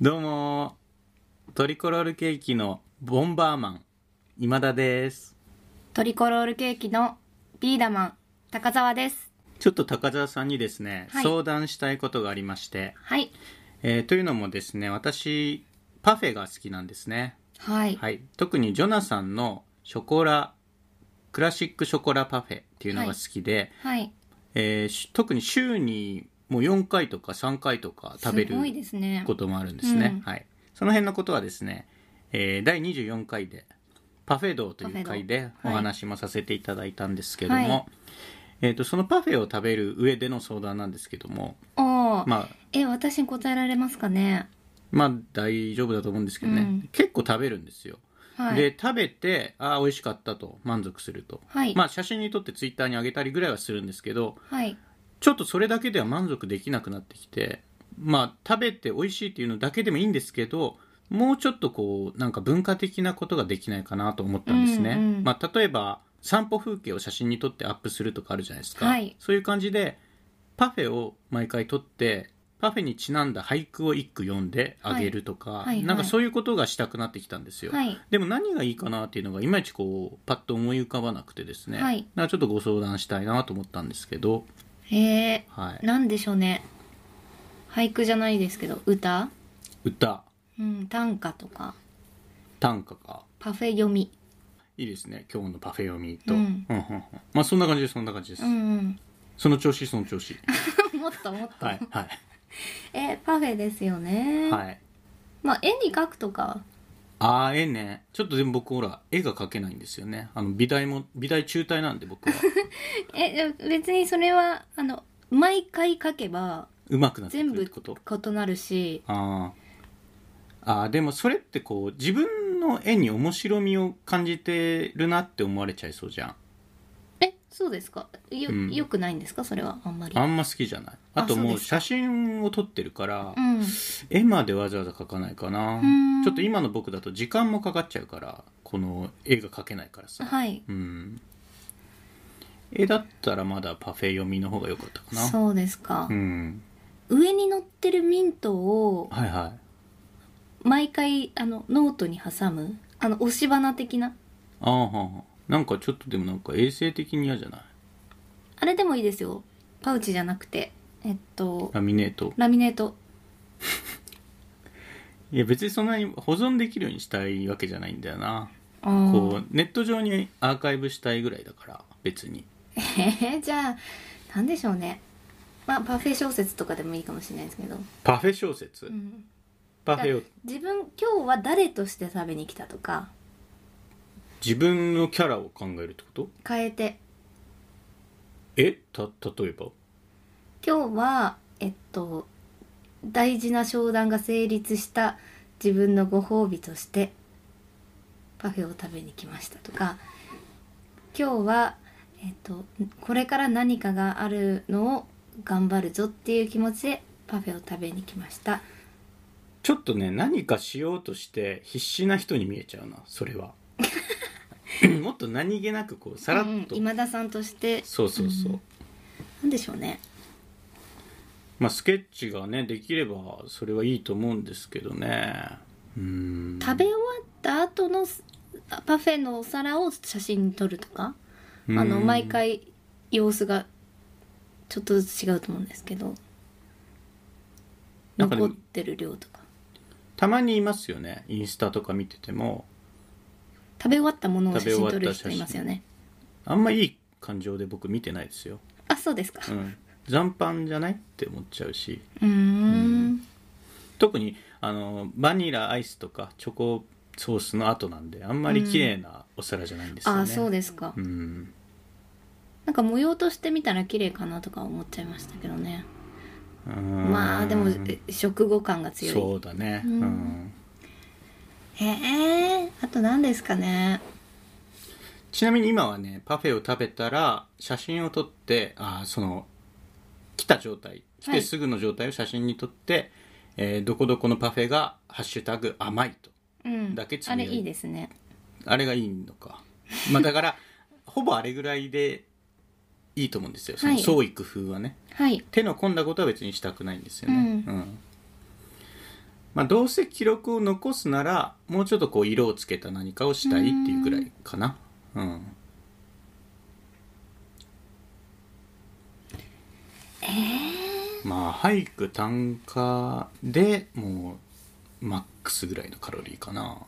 どうもトリコロールケーキのボンバーマン今田ですトリコロールケーキのビーダマン高澤ですちょっと高澤さんにですね、はい相談したいことがありまして、はいえーというのもですね私パフェが好きなんですねはいはい特にジョナサンのショコラクラシックショコラパフェっていうのが好きで、はいえーし特に週にもう4回とか3回とか食べるすごいですねこともあるんですね、うんはい、その辺のことはですね、えー第24回でパフェ道という回でパフおェ道話もさせていただいたんですけども、はいえー、とそのパフェを食べる上での相談なんですけどもおー、まあえ私に答えられますかねまあ大丈夫だと思うんですけどね、うん結構食べるんですよ、はいで食べてああ美味しかったと満足すると、はい、まあ写真に撮ってツイッターに上げたりぐらいはするんですけどはいちょっとそれだけでは満足できなくなってきて、まあ、食べて美味しいっていうのだけでもいいんですけど、もうちょっとこう、なんか文化的なことができないかなと思ったんですね。うんうんまあ、例えば、散歩風景を写真に撮ってアップするとかあるじゃないですか。はいそういう感じで、パフェを毎回撮って、パフェにちなんだ俳句を一句読んであげるとか、いはいはいなんかそういうことがしたくなってきたんですよ。はいでも何がいいかなっていうのがいまいちこうパッと思い浮かばなくてですね、はいだからちょっとご相談したいなと思ったんですけど、えはいー、、なんでしょうね俳句じゃないですけど歌歌うん短歌とか短歌かパフェ読みいいですね今日のパフェ読みと、うんうんうんうんまあそんな感じですそんな感じです、うん その調子その調子うんもっともっと、 はいはえーパフェですよいね、はいまあ絵に描くとかああ絵ねちょっとでも僕ほら絵が描けないんですよねあの美大も美大中退なんで 僕はえでも別にそれはあの毎回描けば上手くなって全くるっ部てこと異なるしあーあーでもそれってこう自分の絵に面白みを感じてるなって思われちゃいそうじゃんえそうですかよ,、うんよくないんですかそれはあんまりあんま好きじゃないあとあそうもうです写真を撮ってるから、うん絵までわざわざ描かないかなーんちょっと今の僕だと時間もかかっちゃうからこの絵が描けないからさ、はいうん絵だったらまだパフェ読みの方が良かったかなそうですかう、ん上に乗ってるミントをはいはい毎回あのノートに挟むあの押し花的なああはんはんなんかちょっとでもなんか衛生的に嫌じゃないあれでもいいですよパウチじゃなくてえっとラミネートラミネートいや別にそんなに保存できるようにしたいわけじゃないんだよなあーこうネット上にアーカイブしたいぐらいだから別にえー じゃあ何でしょうねまあパフェ小説とかでもいいかもしれないですけど、パフェ小説、うん、パフェを自分今日は誰として食べに来たとか自分のキャラを考えるってこと変えてえた例えば今日はえっと大事な商談が成立した自分のご褒美としてパフェを食べに来ましたとか今日はえっとこれから何かがあるのを頑張るぞっていう気持ちでパフェを食べに来ましたちょっとね何かしようとして必死な人に見えちゃうなそれは もっと何気なくこうさらっうんと、今田さんとしてそうそうそう、うんなんでしょうねまあスケッチがねできればそれはいいと思うんですけどねうん食べ終わった後のあパフェのお皿を写真に撮るとかうんあの毎回様子がちょっとずつ違うと思うんですけどなんかで残もってる量とかたまにいますよねインスタとか見てても食べ終わったものを写食べ終わ真っ撮たる人いますよねあんまいい感情で僕見てないですよ、あそうですかうん、残飯じゃないって思っちゃうしうーん特にあのバニラアイスとかチョコソースの後なんであんまり綺麗なお皿じゃないんですよね、あそうですかうんなんか模様として見たら綺麗かなとか思っちゃいましたけどねままあでもえ食後感が強そうだね、ううんんいへえあと何ですかねちなみに今はねパフェを食べたら写真を撮ってあーその来た状態来てすぐの状態を写真に撮って、えーどこどこのパフェが「ハッシュタグ甘い」とうんだけつぶあやいれていいですねあれがいいのかまあだから ほぼあれぐらいでいいと思うんですよそのはい創意工夫はね、はい手の込んだことは別にしたくないんですよね、うんうんまあ、どうせ記録を残すならもうちょっとこう色をつけた何かをしたいっていうぐらいかなうんまあ俳句短歌でもうマックスぐらいのカロリーかな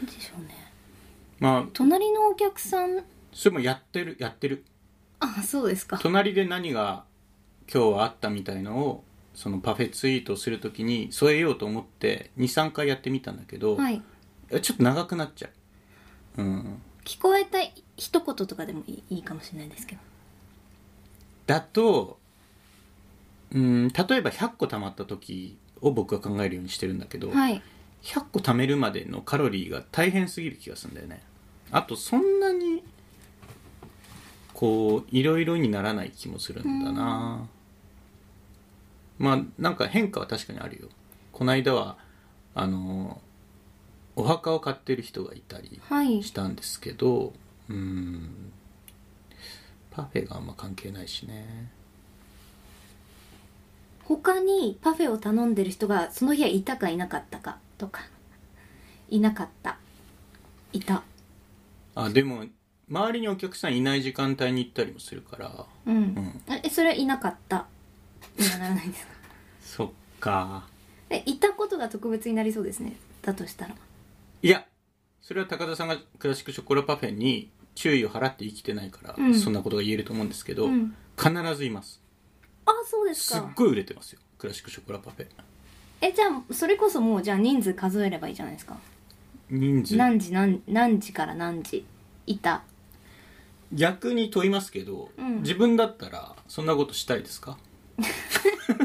なんでしょうねまあ隣のお客さんそれもやってるやってるあそうですか隣で何が今日はあったみたいのをそのパフェツイートするときに添えようと思って23回やってみたんだけど、はいえちょっと長くなっちゃううん聞こえた一言とかでもいいいいかもしれないですけどだとうん例えば100個貯まった時を僕は考えるようにしてるんだけど、はい100個貯めるまでのカロリーが大変すぎる気がするんだよねあとそんなにこういろいろにならない気もするんだな、まあなんか変化は確かにあるよこの間はあのお墓を買ってる人がいたりはいしたんですけどうんパフェがあんま関係ないしね他にパフェを頼んでる人がその日はいたかいなかったかとかいなかったいたあでも周りにお客さんいない時間帯に行ったりもするからうん、んえそれはいなかったにはならないんです かそっかえいたことが特別になりそうですねだとしたらいやそれは高田さんがクラシックショコラパフェに注意を払って生きてないから、うんそんなことが言えると思うんですけど、うん必ずいますあそうですすっかごい売れてますよクラシックショコラパフェえじゃあそれこそもうじゃあ人数数えればいいじゃないですか人数何時何何時から何時いた逆に問いますけど、うん自分だったらそんなことしたいですか何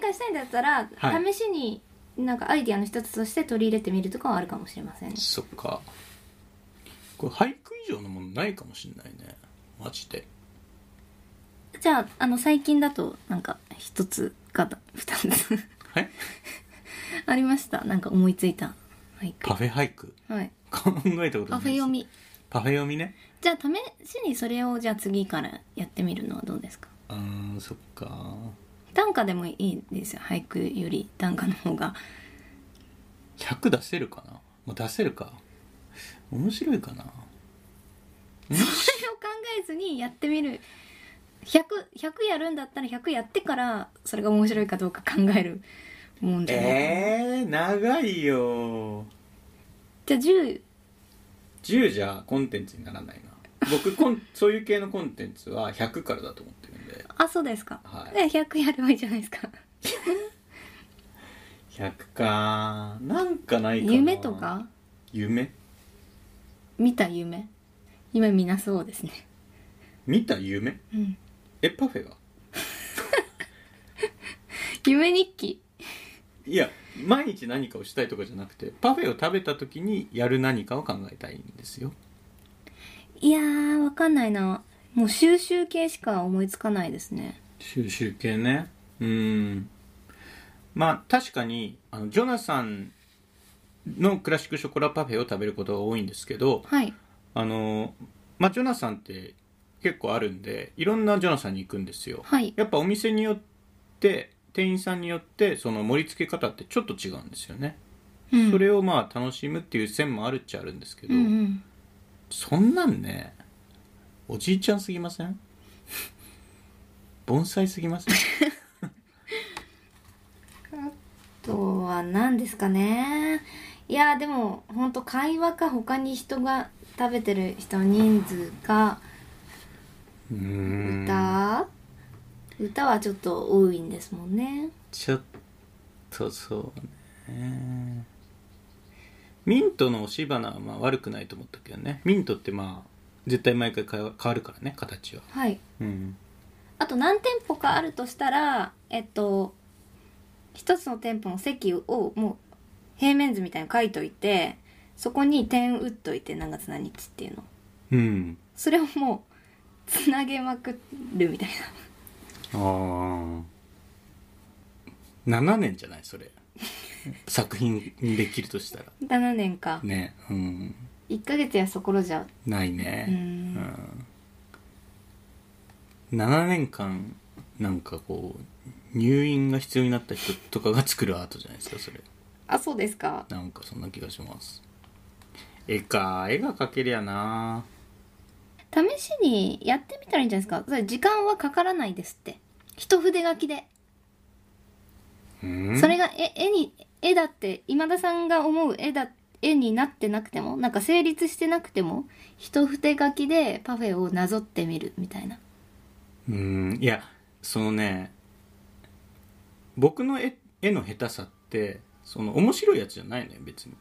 かしたいんだったら、は試しになんかアイディアの一つとして取り入れてみるとかはあるかもしれませんねそっかこれ俳句以上のものないかもしんないねマジでじゃああの最近だとなんか一つか二つえありましたなんか思いついたはいパフェ俳句はい考えたことないですパフェ読みパフェ読みねじゃあ試しにそれをじゃあ次からやってみるのはどうですかうーんそっか短歌でもいいですよ俳句より短歌の方が100出せるかなもう出せるか面白いかなそれを考えずにやってみる 100, 100やるんだったら100やってからそれが面白いかどうか考えるもんじゃない、えー、長いよじゃあ10 10じゃコンテンツにならないな僕コンそういう系のコンテンツは100からだと思ってるんであそうですか、はいで100やればいいじゃないですか100かなんかないかな夢とか夢見た夢夢見なそうですね見た夢うんえパフェが夢日記いや毎日何かをしたいとかじゃなくてパフェを食べた時にやる何かを考えたいんですよいやーわかんないなもう収集系しか思いつかないですね収集系ねうんまあ確かにあのジョナサンのクラシックショコラパフェを食べることが多いんですけどはいあのまあジョナサンって結構あるんでいろんなジョナサンに行くんですよはいやっぱお店によって店員さんによってその盛り付け方ってちょっと違うんですよね、うんそれをまあ楽しむっていう線もあるっちゃあるんですけど、うんうんそんなんねおじいちゃんすぎません 盆栽すぎません あとは何ですかねいやーでもほんと会話か他に人が食べてる人の人数かうーん歌、歌はちょっと多いんですもんねちょっとそうねミントの押し花はまあ悪くないと思ったけどねミントってまあ絶対毎回変わ変わるからね形ははいうんあと何店舗かあるとしたらえっと一つの店舗の席をもう平面図みたいに書いといてそこに点打っといて何月何日っていうのうんそれをもうつなげまくるみたいなああ7年じゃないそれ作品にできるとしたら7年かねうん1ヶ月やそころじゃないうねんうん7年間なんかこう入院が必要になった人とかが作るアートじゃないですかそれあそうですかなんかそんな気がします絵か絵が描けりゃな試しにやってみたらいいんじゃないですかそれ時間はかからないですって一筆書きでうんそれが絵絵に絵だって今田さんが思う絵だ絵になってなくてもなんか成立してなくても一筆書きでパフェをなぞってみるみたいなうんいやそのね僕の絵絵の下手さってその面白いやつじゃないのよ別に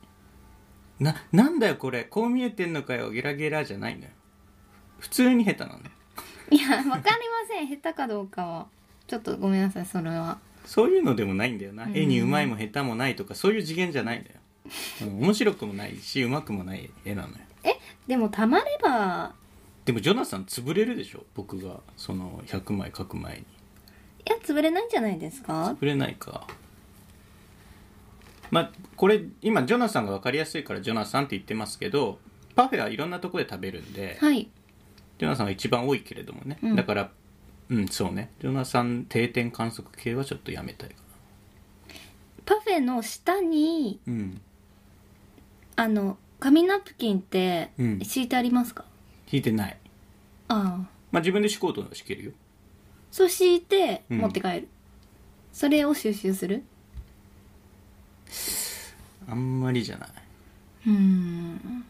ななんだよこれこう見えてんのかよゲラゲラじゃないのよ普通に下手なのよいやわかりません下手かどうかはちょっとごめんなさいそれはそういうのでもないんだよな、うん絵にうまいも下手もないとかそういう次元じゃないんだようん面白くもないしうまくもない絵なのよでもたまればでもジョナサン潰れるでしょ僕がその100枚描く前にいや潰れないんじゃないですか潰れないかまあこれ今ジョナサンが分かりやすいからジョナサンって言ってますけどパフェはいろんなとこで食べるんで、はいジョナサンが一番多いけれどもね、うんだからうんそうねジョナサン定点観測系はちょっとやめたいかパフェの下になうんあの紙ナプキンってうん敷いてありますか、引いてないああまあ自分で思考とは敷けるよそう敷いてうん持って帰る、それを収集するあんまりじゃないうーん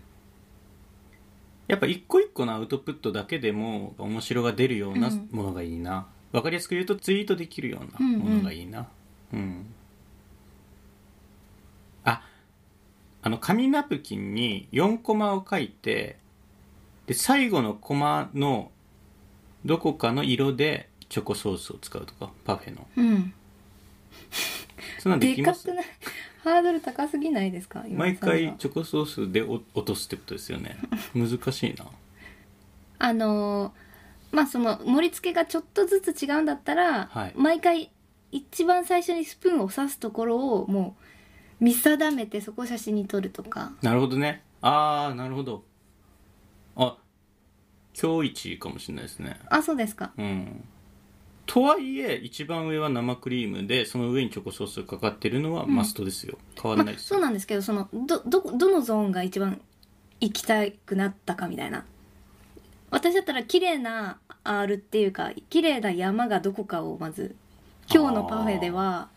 やっぱ一個一個のアウトプットだけでも面白が出るようなうんものがいいな、わかりやすく言うとツイートできるようなうんうんものがいいなうん、ああの紙ナプキンに4コマを書いてで最後のコマのどこかの色でチョコソースを使うとかパフェのうんそんなんでできかますくないハードル高すぎないですか今毎田さんが回チョコソースでお落とすってことですよね難しいなあのーまあその盛り付けがちょっとずつ違うんだったら、はい毎回一番最初にスプーンを刺すところをもう見定めてそこを写真に撮るとかなるほどねああなるほどあ今日一かもしれないですねあそうですかうんとはいえ一番上は生クリームでその上にチョコソースがかかってるのはんマストですよ、変わらまあないですそうよ、なんですけどそのどどこどのゾーンが一番行きたくなったかみたいな私だったら綺麗な R っていうか綺麗な山がどこかをまず今日のパフェでは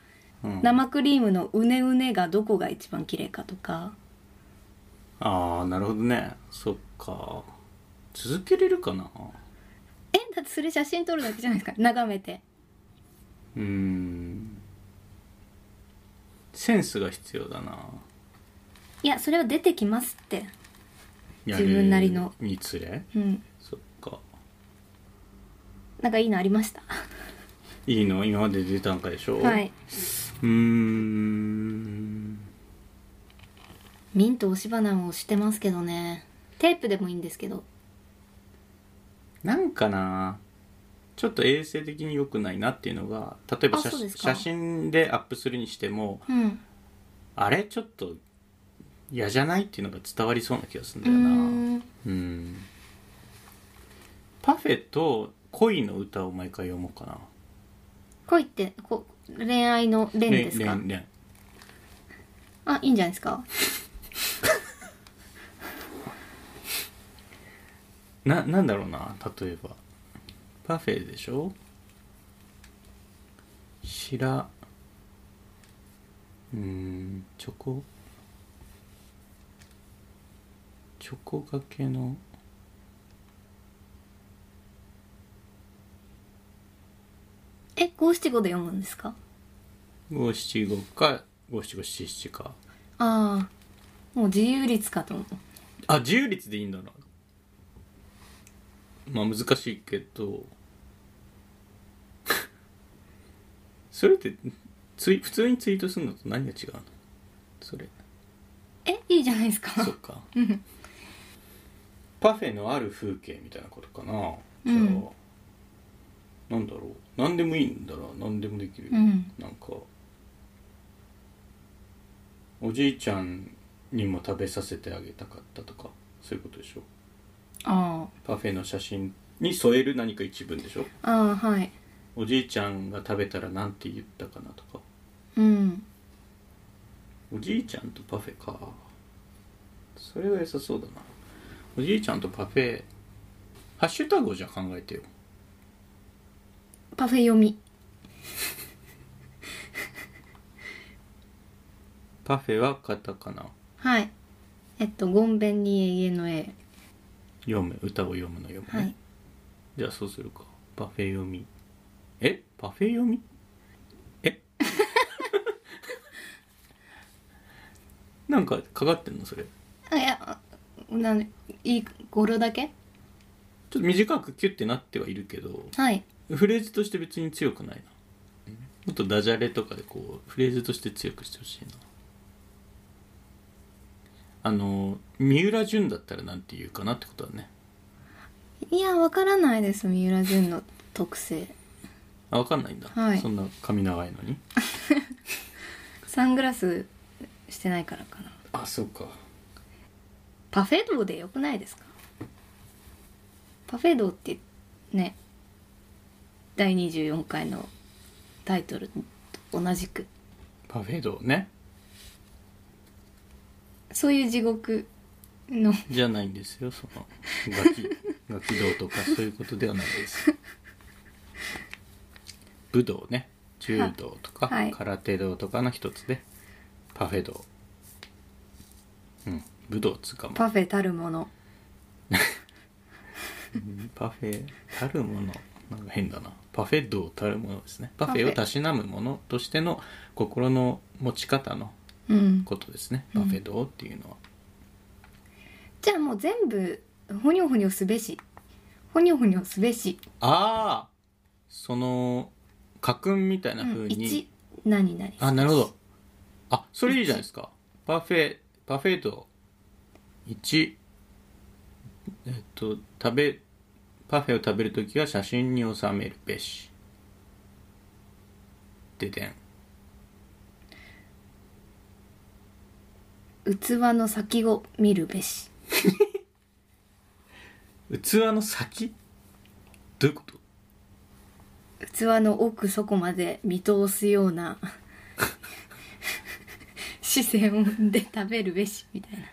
うん生クリームのうねうねがどこが一番綺麗かとかああなるほどねそっか続けれるかなえだってそれ写真撮るだけじゃないですか眺めてうーんセンスが必要だないやそれは出てきますってやる自分なりのにつれうんそっかなんかいいのありましたいいの今まで出たんかでしょはいうーんミント押し花もしてますけどねテープでもいいんですけどなんかなちょっと衛生的に良くないなっていうのが例えばあ写そうですか写真でアップするにしてもうんあれちょっと嫌じゃないっていうのが伝わりそうな気がするんうだーよなうんんパフェと恋の歌を毎回読もうかな恋ってこ恋愛の恋ですか恋恋あいいんじゃないですかななんだろうな例えばパフェでしょ白うーんチョコチョコがけのえ五七五で読むんですか五七五か五七五七七かああもう自由律かと思うあ自由率でいいんだなまあ難しいけど それってツイ普通にツイートするのと何が違うのそれえいいじゃないですかそっかうんパフェのある風景みたいなことかな、うんじゃあなんだろう何でもいいんだら何でもできる、うんなんかおじいちゃんにも食べさせてあげたかったとかそういうことでしょああパフェの写真に添える何か一文でしょああはいおじいちゃんが食べたらなんて言ったかなとかうんおじいちゃんとパフェかそれは良さそうだなおじいちゃんとパフェハッシュタグをじゃあ考えてよパフェ読みパフェはカタカナはいえっと「ゴンベンに永遠の絵読む歌を読むの読」む、ねはいじゃあそうするかパフェ読みえパフェ読みえ なんかかかってんのそれちあいやあなんいい語呂だけょっと短くキュッてなってはいるけどはいフレーズとして別に強くないなもっとダジャレとかでこうフレーズとして強くしてほしいなあの三浦淳だったらなんて言うかなってことだねいやわからないです三浦淳の特性あ分かんないんだ、はいそんな髪長いのにサングラスしてないからかなあそうかパフェ道でよくないですかパフェ道ってね第24回のタイトルと同じくパフェドねそういう地獄のじゃないんですよそのガキガキ道とかそういうことではないです武道ね柔道とか、はい空手道とかの一つでパフェ道うん武道っつうかもパフェたるものパフェたるものなんか変だなパフェ道たるものですねパフェをたしなむものとしての心の持ち方のうんことですねうパんフェ道っていうのは、じゃあもう全部ほにょほにょすべしほにょほにょすべしああその家訓みたいな風に、 1何々あ、なるほど。あ、それいいじゃないですか。パフェ、パフェと、1、えっと、食べ、パフェを食べるときは写真に収めるべし。ででん。器の先を見るべし器の先どういうこと器の奥底まで見通すよ うな視線で食べるべしみたいな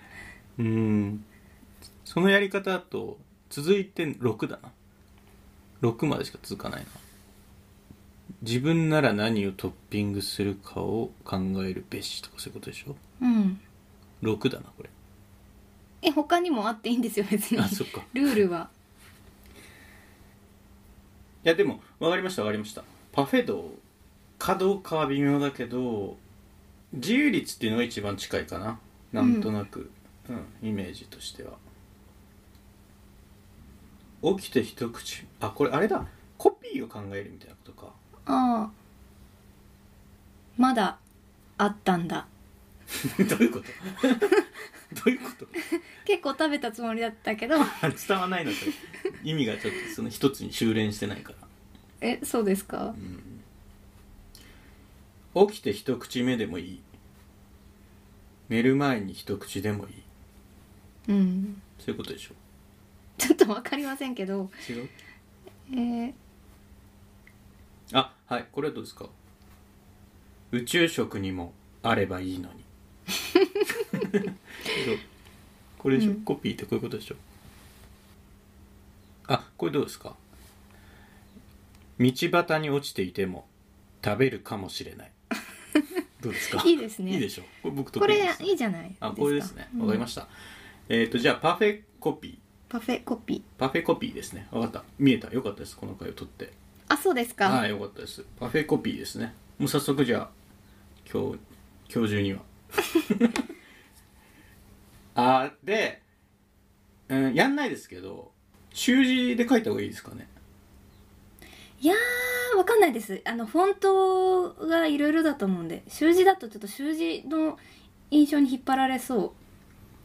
うーん。そのやり方だと、続いて6だな。6までしか続かないな。自分なら何をトッピングするかを考えるべしとかそういうことでしょうん6だなこれえ他にもあっていいんですよ別に あそっかルールはいやでも分かりました分かりましたパフェ道かどうかは微妙だけど自由率っていうのが一番近いかななんとなく、うんイメージとしては起きて一口あこれあれだコピーを考えるみたいなことか ああまだあったんだどういうこと どういうこと 結構食べたつもりだったけど伝わないのか意味がちょっとその一つに修練してないからえそうですか起きて一口目でもいい寝る前に一口でもいいうんそういうことでしょちょっとわかりませんけど違うえー、あはいこれはどうですか宇宙食にもあればいいの にそうこれでしょ、うんコピーってこういうことでしょあこれどうですか道端に落ちていても食べるかもしれないどうですか いいですねいいでしょこれ僕とこれいいじゃないですかあこれですねわかりましした、えっ、とじゃあパフェコピーた、パフェコピーパフェコピーですねわかった見えたよかったですこの回を取ってあそうですかはいよかったですパフェコピーですねもう早速じゃあ今日今日中 にはあで、うん、やんないですけど習字で書いた方がいいですかねいやー、わかんないです。あの、フォントがいろいろだと思うんで、習字だとちょっと習字の印象に引っ張られそ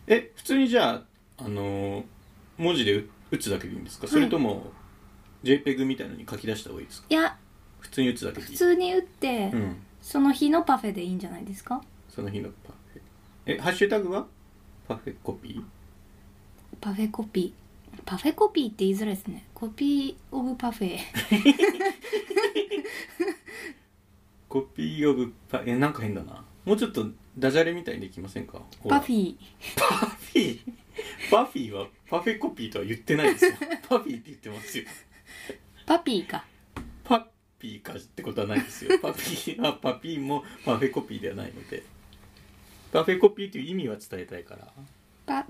え普通にじゃあ、あのー文字で打打つだけでいいんですか、いそれとも JPEG みたいのに書き出した方がいいですかう。いや、普通に打つだけでい普い通に打って、うんその日のパフェでいいんじゃないですかその日のパフェえハッシュタグはパフェコピーパフェコピー。パフェコピーって言いづらいですねコピーオブパフェコピーオブパえなんか変だなもうちょっとダジャレみたいにできませんかほらパフィーパフィーパフィーはパフェコピーとは言ってないですよパフィーって言ってますよパピーかパピーかってことはないですよパピーはパピーもパフェコピーではないのでパフェコピーという意味は伝えたいからパ パ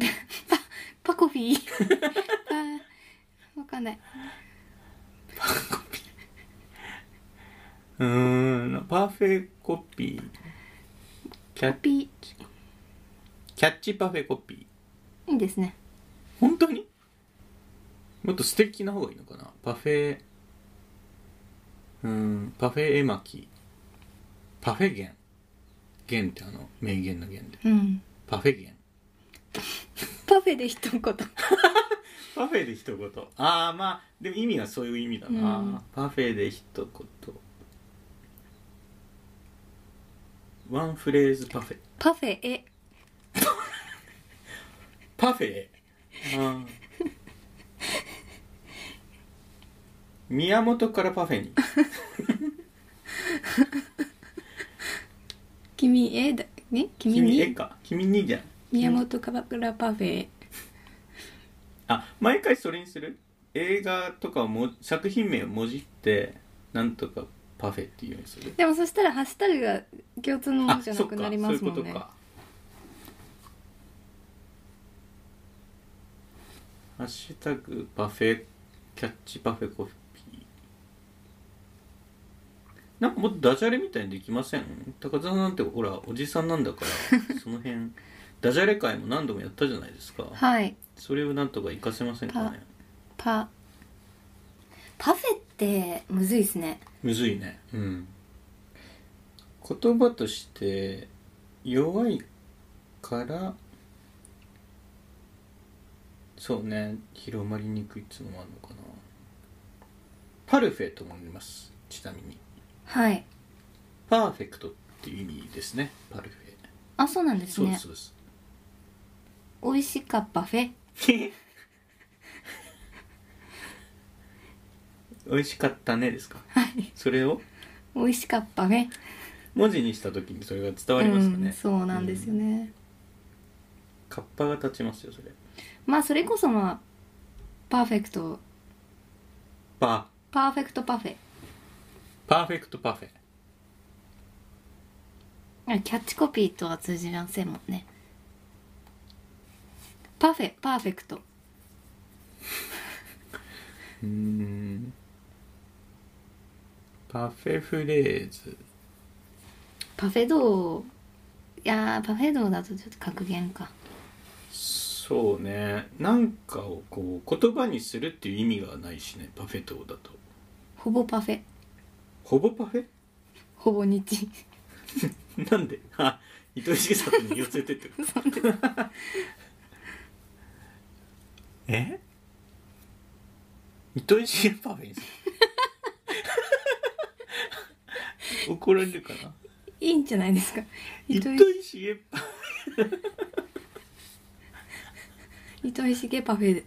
パコフィー パわかんないうーんパフェコピーキャコピキャッチパフェコピーーいいですね本当にもっと素敵な方がいいのかなパフェうんパフェ絵巻パフェゲンゲンってあの名言の言でうんパフェゲンパフェで一言パフェで一言ああまあでも意味はそういう意味だな、うんパフェで一言ワンフレーズパフェパフェえパフェあー 宮本からパフェに君えだね君君絵にか君にじゃん宮本鎌倉パフェあ毎回それにする映画とかをも作品名をもじってなんとかパフェっていうようにするでもそしたらハッシュタグが共通のものあじゃそなっくかなそうりいまうすこもんとねか「ハッシュタグパフェキャッチパフェコピー」なんかもっとダジャレみたいにできません高田さんなんてほらおじさんなんだからその辺ダジャレ会も何度もやったじゃないですかはいそれをなんとか活かせませんかねパパフェってむずいですねむずいねうん言葉として弱いからそうね広まりにくいっていうのもあるのかなパルフェとも言いますちなみにはいパーフェクトっていう意味ですねパルフェあそうなんですそうでねすそうです 美味しかパフェ美味しかったねですかそれを美味しかパフェ文字にした時にそれが伝わりますかね、うん、そうなんですよね、カッパが立ちますよそれまあそれこそまあパーフェクトパパーフェクトパフェパーフェクトパフェあキャッチコピーとは通じませんもんねパフェパーフェクトうーんパフェフレーズパフェ道いやーパフェ道だとちょっと格言かそうねなんかをこう言葉にするっていう意味がないしねパフェ島だとほぼパフェほぼパフほぼ日 ェ なんであ糸井重里に寄せてってこと え糸井重パフェにする 怒られるかないいんじゃないですか糸糸井井重パフェ糸井重パフェ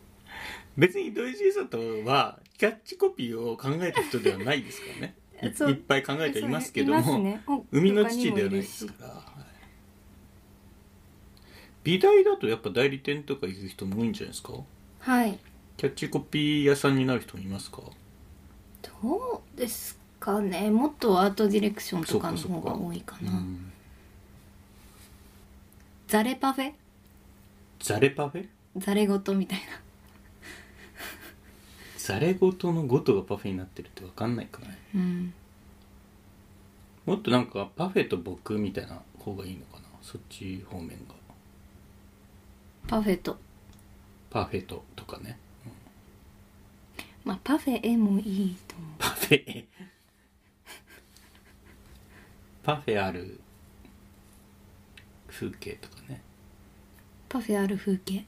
別に糸井重里はキャッチコピーを考えた人ではないですからねい そういっぱい考えてはいますけどいまも、すねお生みの父ではないですから、はい美大だとやっぱ代理店とか行く人も多いんじゃないですかはいキャッチコピー屋さんになる人もいますかどうですかねもっとアートディレクションとかのそうかそ方うかが多いかうな、んザレパフェザレパフェザレ事みたいザレごとのごとがパフェになってるって分かんないからねなうんもっとなんかパフェと僕みたいな方がいいのかなそっち方面がパフェとパフェととかねまあパフェ絵もいいと思パフェパフェある風景とかねうパフェある風景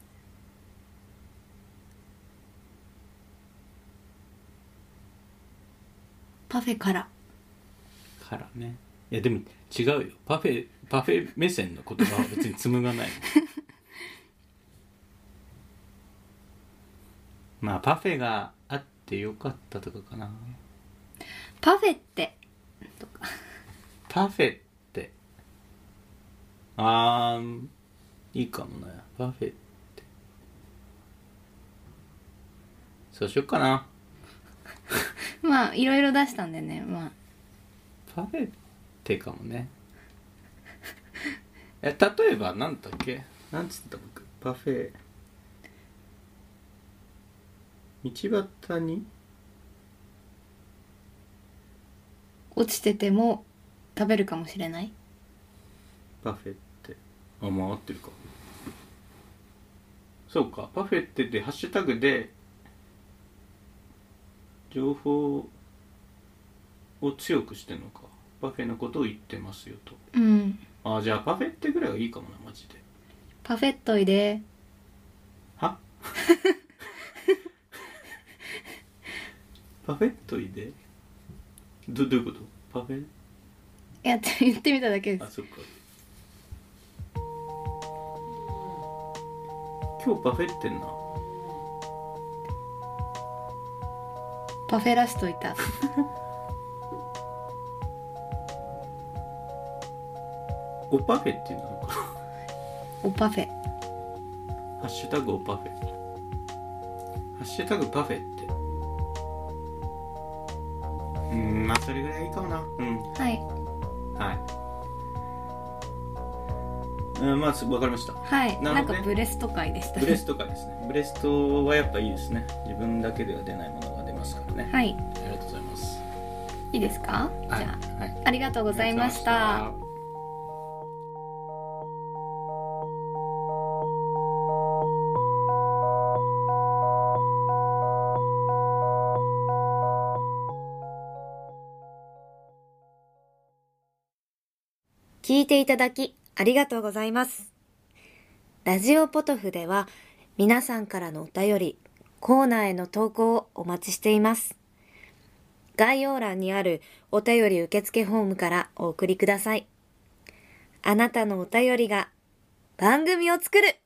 パフェからからねいやでも違うよパフェパフェ目線の言葉は別に紡がないまあパフェがあってよかったとかかなパフェってとかパフェってあーいいかもねパフェってそうしよっかなまあいろいろ出したんでねまあパフェってかもね え例えばなんだっけなんつった僕パフェ道端に落ちてても食べるかもしれないパフェってあまあ合ってるかそうかパフェってでハッシュタグで情報を強くしてんのかパフェのことを言ってますよとうんあじゃあパフェってぐらいがいいかもなマジでパフェっといで はパフェっといでどどういうことパフェや って言ってみただけであすそっか今日パフェってんなパフェらしといたおパフェっていうの かなおパフェハッシュタグおパフェハッシュタグパフェってうんまあそれぐらいがいいかもなうんはいはいうんまあすわかりましたはいなな,、るんほどねかブレスト会でしたブレストかですね ブレストはやっぱいいですね自分だけでは出ないものが出ますからね、はいありがとうございますいいですか、じゃはい、はいあありがとうございました。聞いていただきありがとうございます。ラジオポトフでは皆さんからのお便り、コーナーへの投稿をお待ちしています。概要欄にあるお便り受付フォームからお送りください。あなたのお便りが番組を作る